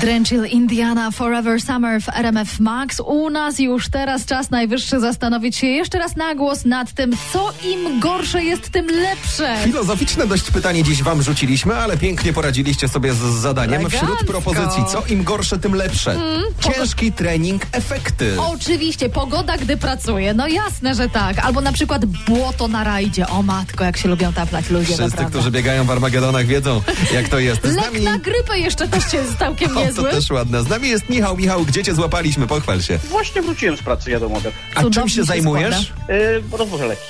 Drenchill Indiana Forever Summer w RMF Max. U nas już teraz czas najwyższy zastanowić się jeszcze raz na głos nad tym, co im gorsze jest, tym lepsze. Filozoficzne dość pytanie dziś wam rzuciliśmy, ale pięknie poradziliście sobie z zadaniem. Wśród Elegancko. Mm, propozycji, co im gorsze, tym lepsze. Ciężki trening, efekty. Oczywiście, pogoda, gdy pracuje. No jasne, że tak. Albo na przykład błoto na rajdzie. O matko, jak się lubią taplać ludzie, Wszyscy, naprawdę. którzy biegają w Armagedonach wiedzą, jak to jest. Z Lek nami... na grypę jeszcze też jest całkiem O, to niezły. też ładne. Z nami jest Michał. Michał, gdzie cię złapaliśmy? Pochwal się. Właśnie wróciłem z pracy, ja do obiad. A Cudownie czym się się zajmujesz? składa. Yy, rozwożę leki.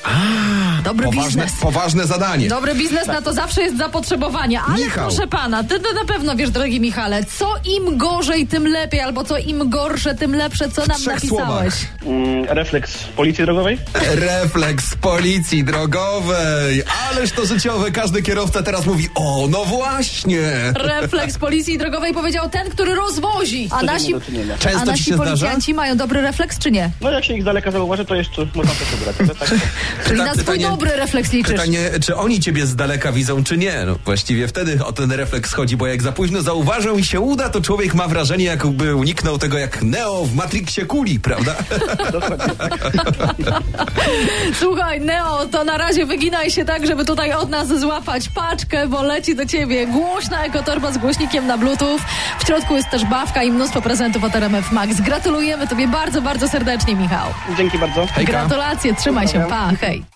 Dobry Poważne, biznes. No poważne zadanie. Dobry biznes na to zawsze jest zapotrzebowanie. Ale Michał. proszę pana, ty to na pewno wiesz, drogi Michale, co im gorzej, tym lepiej, albo co im gorsze, tym lepsze, co nam trzech napisałeś. słowach. Mm, refleks policji drogowej? Refleks policji drogowej. Ależ to życiowe. Każdy kierowca teraz mówi, o, no właśnie. Refleks policji drogowej powiedział ten, który rozwozi. A nasi, Do czynienia. a Często ci nasi się zdarza? policjanci mają dobry refleks, czy nie? No jak się ich z daleka zauważy, to jeszcze można to wybrać. ale Tak, Czyli Pyta- na swój pytanie- dobry refleks liczysz. Pytanie, czy oni ciebie z daleka widzą, czy nie? No, właściwie wtedy o ten refleks chodzi, bo jak za późno zauważą i się uda, to człowiek ma wrażenie, jakby uniknął tego jak Neo w Matrixie kuli, prawda? dokładnie. Słuchaj, Neo, to na razie wyginaj się tak, żeby tutaj od nas złapać paczkę, bo leci do ciebie głośna ekotorba z głośnikiem na bluetooth. W środku jest też bawka i mnóstwo prezentów od RMF Max. Gratulujemy tobie bardzo, bardzo serdecznie, Michał. Dzięki bardzo. Hejka. Gratulacje, trzymaj się, pa, hej.